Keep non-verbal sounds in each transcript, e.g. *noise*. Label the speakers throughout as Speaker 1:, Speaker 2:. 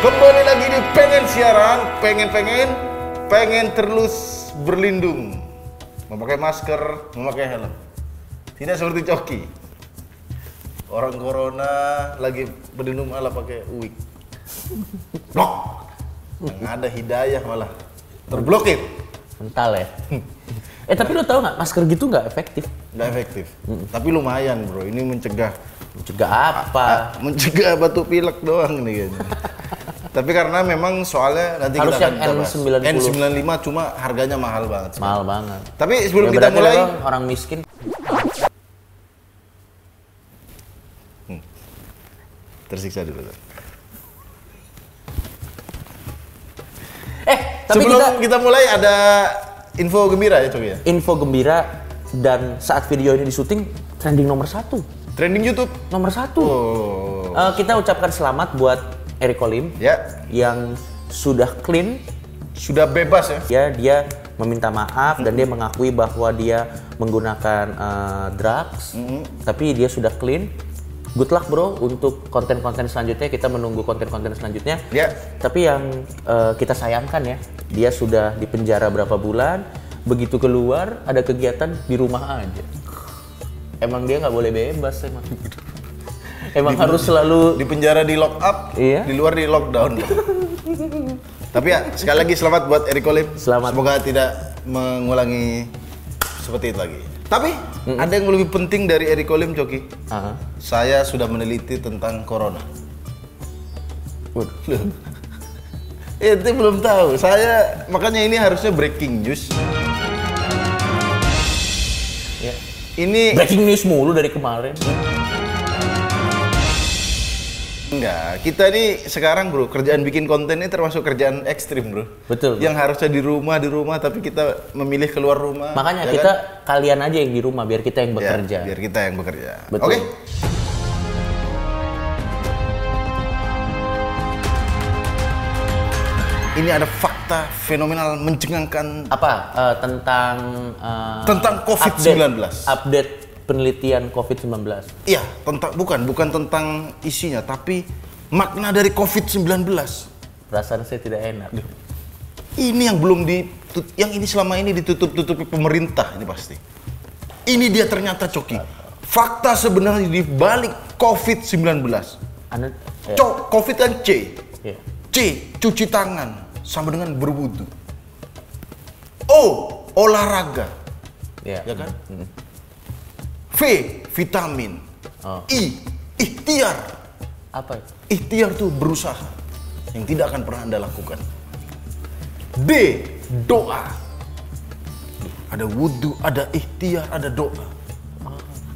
Speaker 1: kembali lagi di pengen siaran, pengen pengen, pengen terus berlindung, memakai masker, memakai helm. Tidak seperti coki. Orang corona lagi berlindung malah pakai uik. Blok. Yang ada hidayah malah terblokir,
Speaker 2: Mental ya. *laughs* eh tapi lu tahu nggak masker gitu nggak efektif?
Speaker 1: nggak efektif. Tapi lumayan bro, ini mencegah
Speaker 2: Juga apa?
Speaker 1: mencegah *laughs* batuk pilek doang nih
Speaker 2: *laughs*
Speaker 1: kayaknya. Tapi karena memang soalnya nanti
Speaker 2: Harus
Speaker 1: kita
Speaker 2: yang
Speaker 1: akan bahas.
Speaker 2: N90.
Speaker 1: N95 cuma harganya mahal banget. sih.
Speaker 2: Mahal banget.
Speaker 1: Tapi sebelum
Speaker 2: Ya,
Speaker 1: kita
Speaker 2: berarti
Speaker 1: mulai,
Speaker 2: lu orang miskin.
Speaker 1: tersiksa dulu. Tan.
Speaker 2: Eh tapi
Speaker 1: sebelum
Speaker 2: kita
Speaker 1: kita... mulai ada info gembira ya coba ya.
Speaker 2: info gembira dan saat video ini disyuting trending nomor satu.
Speaker 1: Trending YouTube.
Speaker 2: Nomor satu.
Speaker 1: Oh.
Speaker 2: Eh, kita ucapkan selamat buat Eric Kolim
Speaker 1: Ya,
Speaker 2: yang sudah clean
Speaker 1: sudah bebas ya.
Speaker 2: ya dia meminta maaf dan dia mengakui bahwa dia menggunakan eh, drugs tapi dia sudah clean good luck bro untuk konten-konten selanjutnya kita menunggu konten-konten selanjutnya
Speaker 1: Ya.
Speaker 2: tapi yang eh, kita sayangkan ya dia sudah dipenjara berapa bulan begitu keluar ada kegiatan di rumah aja emang dia nggak boleh bebas emang emang harus selalu
Speaker 1: Di penjara di lock up,
Speaker 2: Iya.
Speaker 1: di luar di lockdown. Tapi ya sekali lagi selamat buat Eric Kolim.
Speaker 2: Selamat.
Speaker 1: Semoga tidak mengulangi seperti itu lagi. Tapi ada yang lebih penting dari Eric Kolim, Coki.
Speaker 2: Ah.
Speaker 1: Saya sudah meneliti tentang corona.
Speaker 2: Waduh.
Speaker 1: Itu belum tahu. Saya makanya ini harusnya breaking news.
Speaker 2: Ya.
Speaker 1: Ini
Speaker 2: breaking news mulu dari kemarin
Speaker 1: Enggak, kita nih sekarang bro, kerjaan bikin konten ini termasuk kerjaan ekstrim bro.
Speaker 2: Betul, bro.
Speaker 1: Yang harusnya di rumah, di rumah, tapi kita memilih keluar rumah.
Speaker 2: Makanya
Speaker 1: ya
Speaker 2: kita
Speaker 1: kan?
Speaker 2: kalian aja yang di rumah biar kita
Speaker 1: Ya,
Speaker 2: yang bekerja.
Speaker 1: biar kita yang bekerja.
Speaker 2: Betul.
Speaker 1: Oke, ini ada fakta fenomenal mencengangkan
Speaker 2: Apa eh, tentang eh,
Speaker 1: Tentang COVID-19.
Speaker 2: update, update penelitian COVID-19.
Speaker 1: Iya, tentang bukan bukan tentang isinya, tapi makna dari COVID-19.
Speaker 2: Perasaan saya tidak enak.
Speaker 1: Ya. Ini yang belum di yang ini selama ini ditutup-tutupi pemerintah ini pasti. Ini dia ternyata Coki. Fakta sebenarnya di balik COVID-19.
Speaker 2: Anda ya,
Speaker 1: Cok, COVID kan C.
Speaker 2: ya.
Speaker 1: C, cuci tangan sama dengan berwudu. O, olahraga.
Speaker 2: ya.
Speaker 1: ya kan? V, vitamin.
Speaker 2: Oh.
Speaker 1: I, ikhtiar.
Speaker 2: Apa? itu?
Speaker 1: Ikhtiar tuh berusaha yang tidak akan pernah Anda lakukan. D, doa. Ada wudhu, ada ikhtiar, ada doa.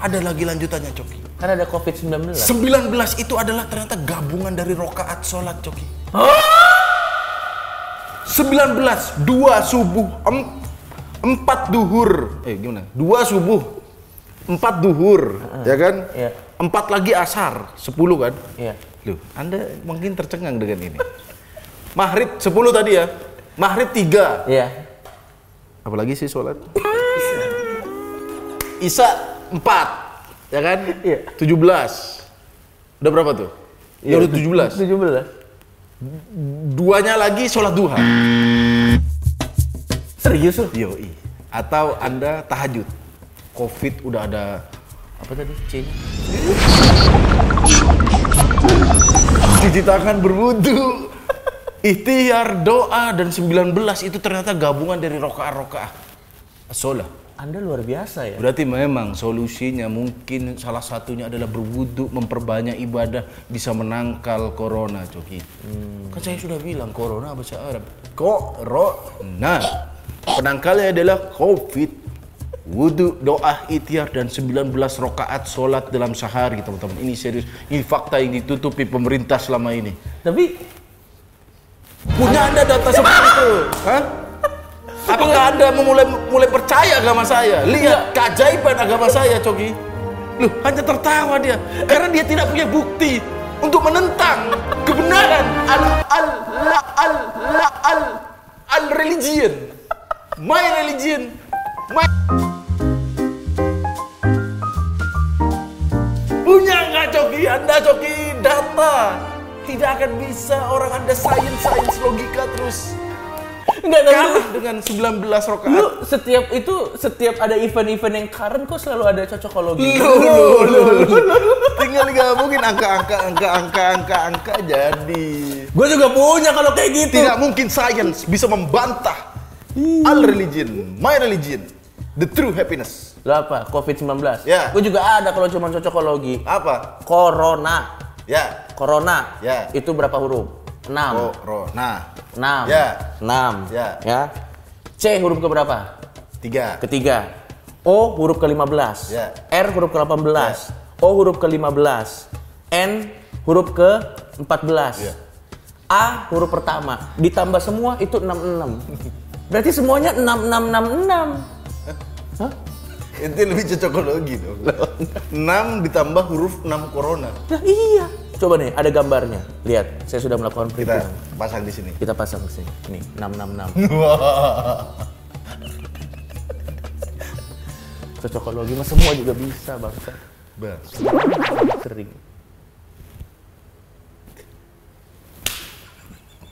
Speaker 1: Ada lagi lanjutannya, Coki.
Speaker 2: Kan ada COVID-19.
Speaker 1: 19 itu adalah ternyata gabungan dari rokaat sholat, Coki. 19, dua subuh, em, empat duhur. Eh gimana? Dua subuh, empat duhur, ya kan?
Speaker 2: Iya.
Speaker 1: Empat lagi asar, 10 kan?
Speaker 2: Iya.
Speaker 1: Loh, Anda mungkin tercengang dengan ini. Maghrib 10 tadi ya. Maghrib 3.
Speaker 2: Iya.
Speaker 1: Apalagi sih sholat? *laughs* Isa 4. Ya kan?
Speaker 2: Iya.
Speaker 1: 17. Udah berapa tuh? Ya, udah 17.
Speaker 2: 17.
Speaker 1: Duanya lagi sholat duha.
Speaker 2: Serius loh.
Speaker 1: Yoi. Atau Anda tahajud. Covid udah ada
Speaker 2: Apa tadi? C
Speaker 1: cuci tangan *laughs* berwudu. Ikhtiar, doa, dan 19 itu ternyata gabungan dari rokaah-rokaah. Sholat.
Speaker 2: Anda luar biasa ya.
Speaker 1: Berarti memang solusinya mungkin salah satunya adalah berwudhu, memperbanyak ibadah, bisa menangkal corona, Coki. Kan saya sudah bilang corona bahasa Arab. Corona. Penangkalnya adalah COVID. Wudhu, doa, ikhtiar, dan 19 rokaat sholat dalam sehari, teman-teman. Ini serius. Ini fakta yang ditutupi pemerintah selama ini.
Speaker 2: Tapi
Speaker 1: Punya Anda data seperti itu? Hah? Apakah Anda memulai mulai percaya agama saya? Lihat keajaiban agama saya, Coki. Loh, hanya tertawa dia karena dia tidak punya bukti untuk menentang kebenaran al al la al la al al religion. My religion. My Punya nggak Coki? Anda Coki data tidak akan bisa orang Anda sains-sains logika terus
Speaker 2: Enggak tahu.
Speaker 1: kalah dengan 19 rakaat.
Speaker 2: Lu setiap itu setiap ada event-event yang current kok selalu ada cocokologi.
Speaker 1: Lu, lu, lu, lu. Tinggal digabungin angka-angka, angka-angka, angka-angka jadi.
Speaker 2: Gue juga punya kalau kayak gitu.
Speaker 1: Tidak mungkin science bisa membantah all religion, my religion, the true happiness.
Speaker 2: Lo apa? Covid-19.
Speaker 1: Ya.
Speaker 2: Gue juga ada kalau cuma cocokologi.
Speaker 1: Apa?
Speaker 2: Corona.
Speaker 1: Ya,
Speaker 2: Corona.
Speaker 1: Ya.
Speaker 2: Itu berapa huruf? 6.
Speaker 1: corona.
Speaker 2: 6.
Speaker 1: Ya.
Speaker 2: 6.
Speaker 1: Ya.
Speaker 2: ya. C huruf ke berapa?
Speaker 1: Tiga.
Speaker 2: Ketiga. O huruf ke-15.
Speaker 1: Ya.
Speaker 2: R huruf ke-18. O huruf ke-15. N huruf ke-14.
Speaker 1: Ya.
Speaker 2: A huruf pertama. Ditambah semua itu 66. Berarti semuanya 6666. Hah?
Speaker 1: Itu lebih cocokologi dong. 6 ditambah huruf 6 corona.
Speaker 2: Nah, iya. Coba nih, ada gambarnya. Lihat, saya sudah melakukan
Speaker 1: Kita
Speaker 2: perhitungan.
Speaker 1: pasang di sini. *laughs*
Speaker 2: Kita pasang ke sini. Nih, 666. Cocokologi mah semua juga bisa, Bang.
Speaker 1: Bang.
Speaker 2: Sering.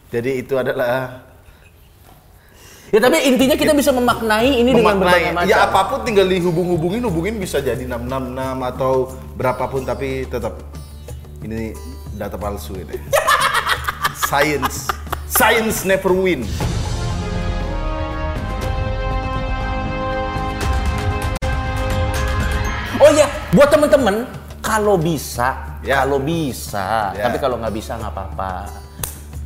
Speaker 1: Jadi itu adalah
Speaker 2: Ya tapi intinya kita bisa memaknai ini dengan berbagai
Speaker 1: memaknai.
Speaker 2: macam.
Speaker 1: Ya apapun tinggal dihubung-hubungin, hubungin bisa jadi 666 atau berapapun tapi tetap ini data palsu
Speaker 2: *laughs*
Speaker 1: ini. Science. Science never win.
Speaker 2: Oh iya, buat temen-temen kalau bisa,
Speaker 1: Ya.
Speaker 2: kalau bisa,
Speaker 1: Ya.
Speaker 2: tapi kalau nggak bisa nggak apa-apa.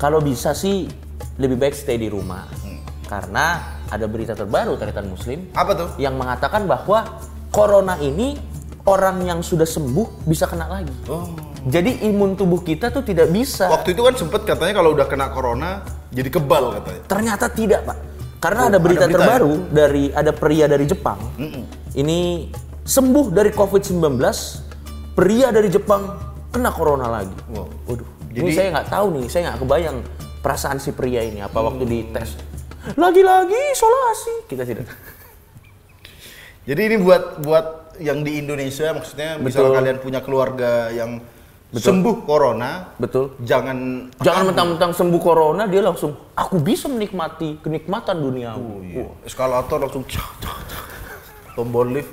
Speaker 2: Kalau bisa sih lebih baik stay di rumah.
Speaker 1: Hmm.
Speaker 2: Karena ada berita terbaru Tarikan Muslim
Speaker 1: Apa tuh?
Speaker 2: yang mengatakan bahwa corona ini orang yang sudah sembuh bisa kena lagi.
Speaker 1: Oh.
Speaker 2: Jadi imun tubuh kita tuh tidak bisa.
Speaker 1: Waktu itu kan sempet katanya kalau udah kena corona jadi kebal katanya.
Speaker 2: Ternyata tidak, Pak.
Speaker 1: Oh,
Speaker 2: Karena ada
Speaker 1: ada
Speaker 2: berita
Speaker 1: berita ya?
Speaker 2: terbaru dari ada pria dari Jepang. Ini sembuh dari COVID-19, pria dari Jepang kena corona lagi.
Speaker 1: Wow.
Speaker 2: Waduh. Jadi
Speaker 1: Jadi-
Speaker 2: saya nggak tahu nih, saya nggak kebayang perasaan si pria ini apa
Speaker 1: Hmm.
Speaker 2: waktu dites. Lagi-lagi isolasi. Kita tidak.
Speaker 1: Jadi ini buat buat yang di Indonesia maksudnya misal
Speaker 2: Betul.
Speaker 1: kalian punya keluarga yang sembuh corona,
Speaker 2: Betul.
Speaker 1: jangan
Speaker 2: Jangan mentang-mentang sembuh corona dia langsung aku bisa menikmati kenikmatan dunia.
Speaker 1: Iya. eskalator langsung cak, cak, cak. tombol lift.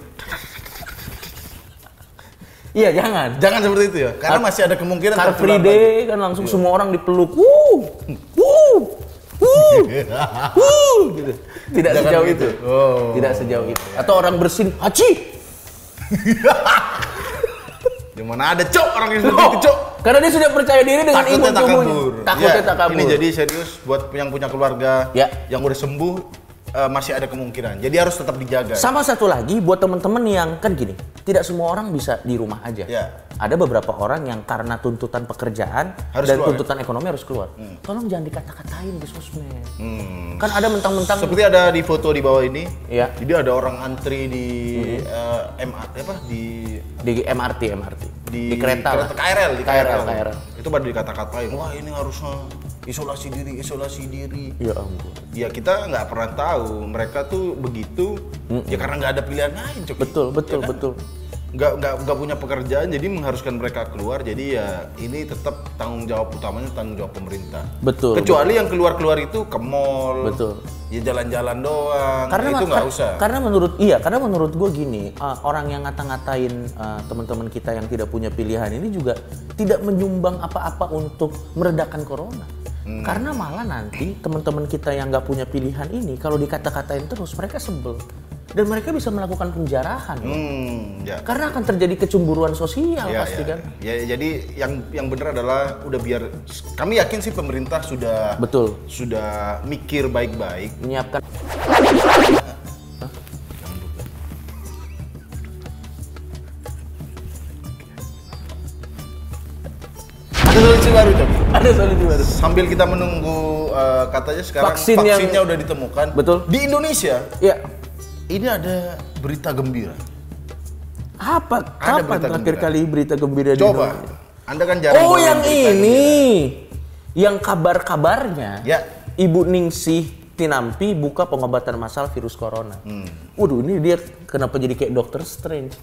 Speaker 2: Iya, jangan.
Speaker 1: Jangan seperti itu ya, karena masih ada kemungkinan
Speaker 2: Car
Speaker 1: tertular
Speaker 2: Free
Speaker 1: lagi.
Speaker 2: Day kan langsung semua orang dipeluk. Wuh, wuh, wuh,
Speaker 1: *laughs*
Speaker 2: wuh, gitu. Tidak
Speaker 1: Jangan
Speaker 2: sejauh
Speaker 1: begitu.
Speaker 2: itu.
Speaker 1: Oh.
Speaker 2: Tidak sejauh itu. Atau orang bersin, haji.
Speaker 1: Di mana ada cok orang yang seperti itu cok.
Speaker 2: Karena dia sudah percaya diri dengan imun
Speaker 1: Takutnya tak
Speaker 2: tubuhnya.
Speaker 1: kabur.
Speaker 2: Takutnya
Speaker 1: Ya,
Speaker 2: tak kabur.
Speaker 1: Ini jadi serius buat yang punya keluarga
Speaker 2: Ya.
Speaker 1: yang udah sembuh eh, masih ada kemungkinan. Jadi harus tetap dijaga.
Speaker 2: Sama satu lagi buat temen-temen yang kan gini, tidak semua orang bisa di rumah aja.
Speaker 1: Ya.
Speaker 2: Ada beberapa orang yang karena tuntutan pekerjaan
Speaker 1: Harus keluar, ya? Hmm.
Speaker 2: dan tuntutain tuntutan ekonomi harus keluar. Tolong jangan dikata-katain di sosmed. Kan ada mentang-mentang
Speaker 1: Seperti ada di foto di bawah ini.
Speaker 2: Ya.
Speaker 1: Jadi ada orang antri di eh, MA apa di
Speaker 2: di MRT MRT di, kereta, lah.
Speaker 1: KRL di KRL,
Speaker 2: KRL.
Speaker 1: itu pada dikata-katain wah ini harusnya isolasi diri isolasi diri
Speaker 2: Ya ampun.
Speaker 1: ya kita nggak pernah tahu mereka tuh begitu ya karena nggak ada pilihan lain Cok.
Speaker 2: Betul,
Speaker 1: Iya
Speaker 2: betul,
Speaker 1: kan?
Speaker 2: betul.
Speaker 1: nggak nggak nggak punya pekerjaan jadi mengharuskan mereka keluar jadi ya ini tetap tanggung jawab utamanya tanggung jawab pemerintah
Speaker 2: Betul.
Speaker 1: kecuali yang keluar-keluar itu ke mall
Speaker 2: Betul.
Speaker 1: ya jalan-jalan doang
Speaker 2: karena
Speaker 1: itu
Speaker 2: ma-
Speaker 1: nggak
Speaker 2: kar-
Speaker 1: usah
Speaker 2: Karena menurut iya, karena menurut gue gini, uh, orang yang ngata-ngatain uh, teman-teman kita yang tidak punya pilihan ini juga tidak menyumbang apa-apa untuk meredakan corona.
Speaker 1: Hmm.
Speaker 2: Karena malah nanti teman-teman kita yang nggak punya pilihan ini kalau dikata-katain terus mereka sebel dan mereka bisa melakukan penjarahan.
Speaker 1: hmm ya
Speaker 2: Karena akan terjadi kecemburuan sosial
Speaker 1: Ya, ya,
Speaker 2: pasti kan.
Speaker 1: ya. Ya, jadi yang yang benar adalah udah biar kami yakin sih pemerintah sudah
Speaker 2: Betul.
Speaker 1: sudah mikir baik-baik.
Speaker 2: Menyiapkan *laughs*
Speaker 1: Ada solusi baru Cok.
Speaker 2: ada solusi baru.
Speaker 1: Sambil kita menunggu eh, katanya sekarang
Speaker 2: Vaksin yang-
Speaker 1: vaksinnya udah ditemukan.
Speaker 2: Betul.
Speaker 1: Di Indonesia
Speaker 2: Iya.
Speaker 1: ini ada berita gembira.
Speaker 2: Apa?
Speaker 1: Ada
Speaker 2: Kapan
Speaker 1: berita
Speaker 2: terakhir
Speaker 1: gembira.
Speaker 2: kali berita gembira di
Speaker 1: Coba,
Speaker 2: Indonesia?
Speaker 1: Anda kan jarang.
Speaker 2: Oh
Speaker 1: bawain
Speaker 2: yang
Speaker 1: berita
Speaker 2: ini,
Speaker 1: gembira.
Speaker 2: yang kabar-kabarnya,
Speaker 1: Ya.
Speaker 2: Ibu Ningsih Tinampi buka pengobatan massal virus
Speaker 1: Hmm. *laughs*
Speaker 2: corona. Waduh ini dia kenapa jadi kayak Doctor Strange?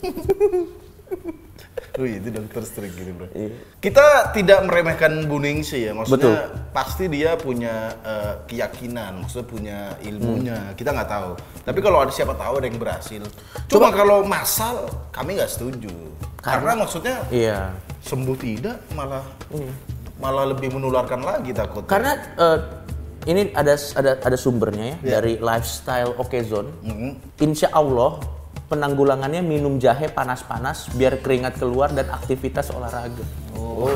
Speaker 1: Oh iya, itu dokter strik gitu bro.
Speaker 2: Iya.
Speaker 1: Kita tidak meremehkan Buning sih ya, maksudnya
Speaker 2: Betul.
Speaker 1: pasti dia punya eh, keyakinan, maksudnya punya
Speaker 2: Hmm.
Speaker 1: ilmunya. Kita nggak tahu. Tapi kalau ada siapa tahu ada yang berhasil. Cuma kalau masal, kami nggak setuju. Karena, maksudnya
Speaker 2: Iya.
Speaker 1: sembuh tidak malah malah lebih menularkan lagi takut.
Speaker 2: Karena eh, ini ada ada ada sumbernya ya dari lifestyle Okezone.
Speaker 1: Hmm.
Speaker 2: Insya Allah penanggulangannya minum jahe panas-panas biar keringat keluar dan aktivitas olahraga.
Speaker 1: oh.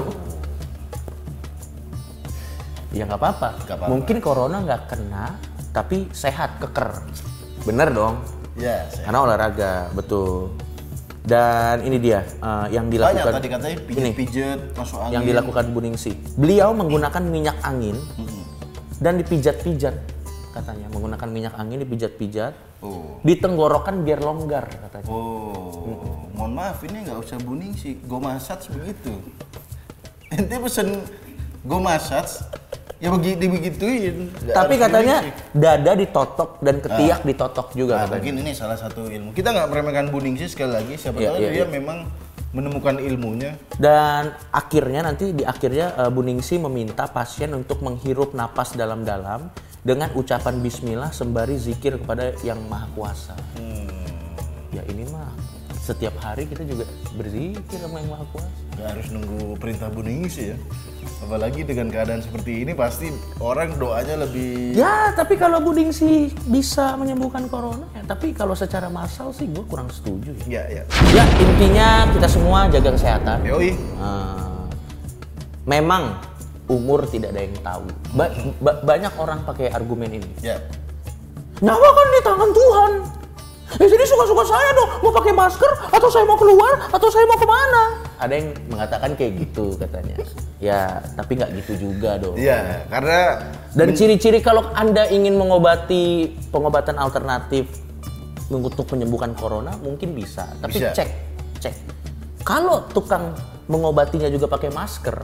Speaker 2: Ya nggak apa-apa.
Speaker 1: Nggak apa-apa.
Speaker 2: Mungkin corona nggak kena, tapi sehat keker. Bener dong.
Speaker 1: ya. saya-
Speaker 2: Karena olahraga, betul. Dan ini dia eh, yang
Speaker 1: Banyak
Speaker 2: dilakukan.
Speaker 1: tadi katanya
Speaker 2: Ini.
Speaker 1: pijat-pijat masuk angin.
Speaker 2: yang dilakukan Buningsi. Beliau menggunakan minyak angin dan dipijat-pijat katanya, menggunakan minyak angin dipijat-pijat
Speaker 1: Oh.
Speaker 2: di tenggorokan biar longgar katanya.
Speaker 1: Oh, mohon maaf ini nggak usah buning sih. Go massage begitu. Ente pesen go massage ya begi dibegituin. Nggak
Speaker 2: Tapi
Speaker 1: harus
Speaker 2: katanya
Speaker 1: buning sih.
Speaker 2: dada ditotok dan ketiak ditotok juga
Speaker 1: Nah,
Speaker 2: katanya.
Speaker 1: mungkin ini salah satu ilmu. Kita nggak meremehkan buning sih sekali lagi. Siapa
Speaker 2: Iya,
Speaker 1: tahu
Speaker 2: iya,
Speaker 1: dia memang menemukan ilmunya.
Speaker 2: Dan akhirnya nanti di akhirnya eh, Bu Ningsi meminta pasien untuk menghirup napas dalam-dalam dengan ucapan bismillah sembari zikir kepada yang maha kuasa. Ya ini mah setiap hari kita juga berzikir sama yang maha kuasa.
Speaker 1: Nggak harus nunggu perintah buning sih ya. Apalagi dengan keadaan seperti ini pasti orang doanya lebih
Speaker 2: Ya, tapi kalau Buding sih bisa menyembuhkan corona, ya, tapi kalau secara massal sih gue kurang setuju ya.
Speaker 1: ya ya.
Speaker 2: Ya, intinya kita semua jaga kesehatan.
Speaker 1: Yoi.
Speaker 2: Eh, memang umur tidak ada yang tahu. Ba- ba- banyak orang pakai argumen ini.
Speaker 1: Ya.
Speaker 2: Nyawa kan di tangan Tuhan. Ya jadi suka-suka saya dong, mau pakai masker, atau saya mau keluar, atau saya mau kemana. Ada yang mengatakan kayak gitu katanya. Ya, tapi nggak gitu juga dong.
Speaker 1: Ya, karena
Speaker 2: Dan ciri-ciri kalau Anda ingin mengobati pengobatan alternatif untuk menyembuhkan corona mungkin bisa, tapi
Speaker 1: Bisa.
Speaker 2: cek, cek. Kalau tukang mengobatinya juga pakai masker,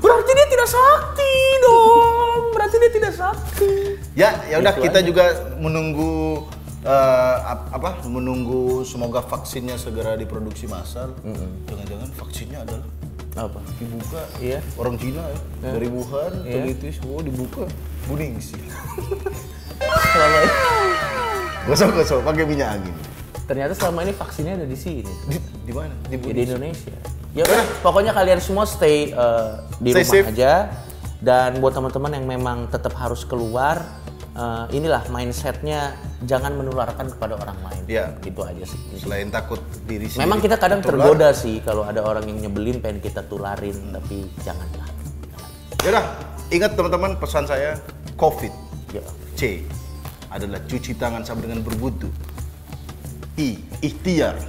Speaker 2: berarti dia tidak sakti dong. Berarti dia tidak sakti.
Speaker 1: Ya, ya udah
Speaker 2: Gitu
Speaker 1: kita juga menunggu eh, ap- apa? Menunggu semoga vaksinnya segera diproduksi massal. Jangan-jangan vaksinnya adalah
Speaker 2: Apa?
Speaker 1: dibuka
Speaker 2: Iya.
Speaker 1: orang Cina ya, dari Wuhan, teliti semua dibuka, buning sih.
Speaker 2: Selama-
Speaker 1: Gosok-gosok pakai minyak angin.
Speaker 2: ternyata selama ini vaksinnya ada di sini,
Speaker 1: Di, di mana? Di
Speaker 2: ya,
Speaker 1: buning.
Speaker 2: di Indonesia. Ya udah, pokoknya kalian semua stay eh, di
Speaker 1: Stay
Speaker 2: rumah
Speaker 1: safe.
Speaker 2: aja. Dan buat teman-teman yang memang tetap harus keluar, eh, inilah mindsetnya jangan menularkan kepada orang lain.
Speaker 1: Iya.
Speaker 2: Itu aja sih.
Speaker 1: Selain takut diri sendiri.
Speaker 2: Memang kita kadang
Speaker 1: tertular.
Speaker 2: tergoda sih kalau ada orang yang nyebelin pengen kita tularin, tapi janganlah.
Speaker 1: Yaudah, ingat teman-teman pesan saya COVID
Speaker 2: Ya.
Speaker 1: C adalah cuci tangan sampai dengan berwudu. I ikhtiar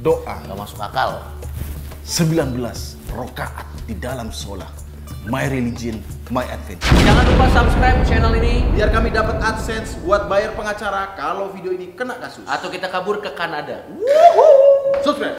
Speaker 1: doa
Speaker 2: Gak masuk akal.
Speaker 1: 19 rokaat di dalam sholat. My religion, my adventure.
Speaker 2: Jangan lupa subscribe channel ini
Speaker 1: Biar kami dapat AdSense buat bayar pengacara kalau video ini kena kasus.
Speaker 2: atau kita kabur ke Kanada.
Speaker 1: Subscribe.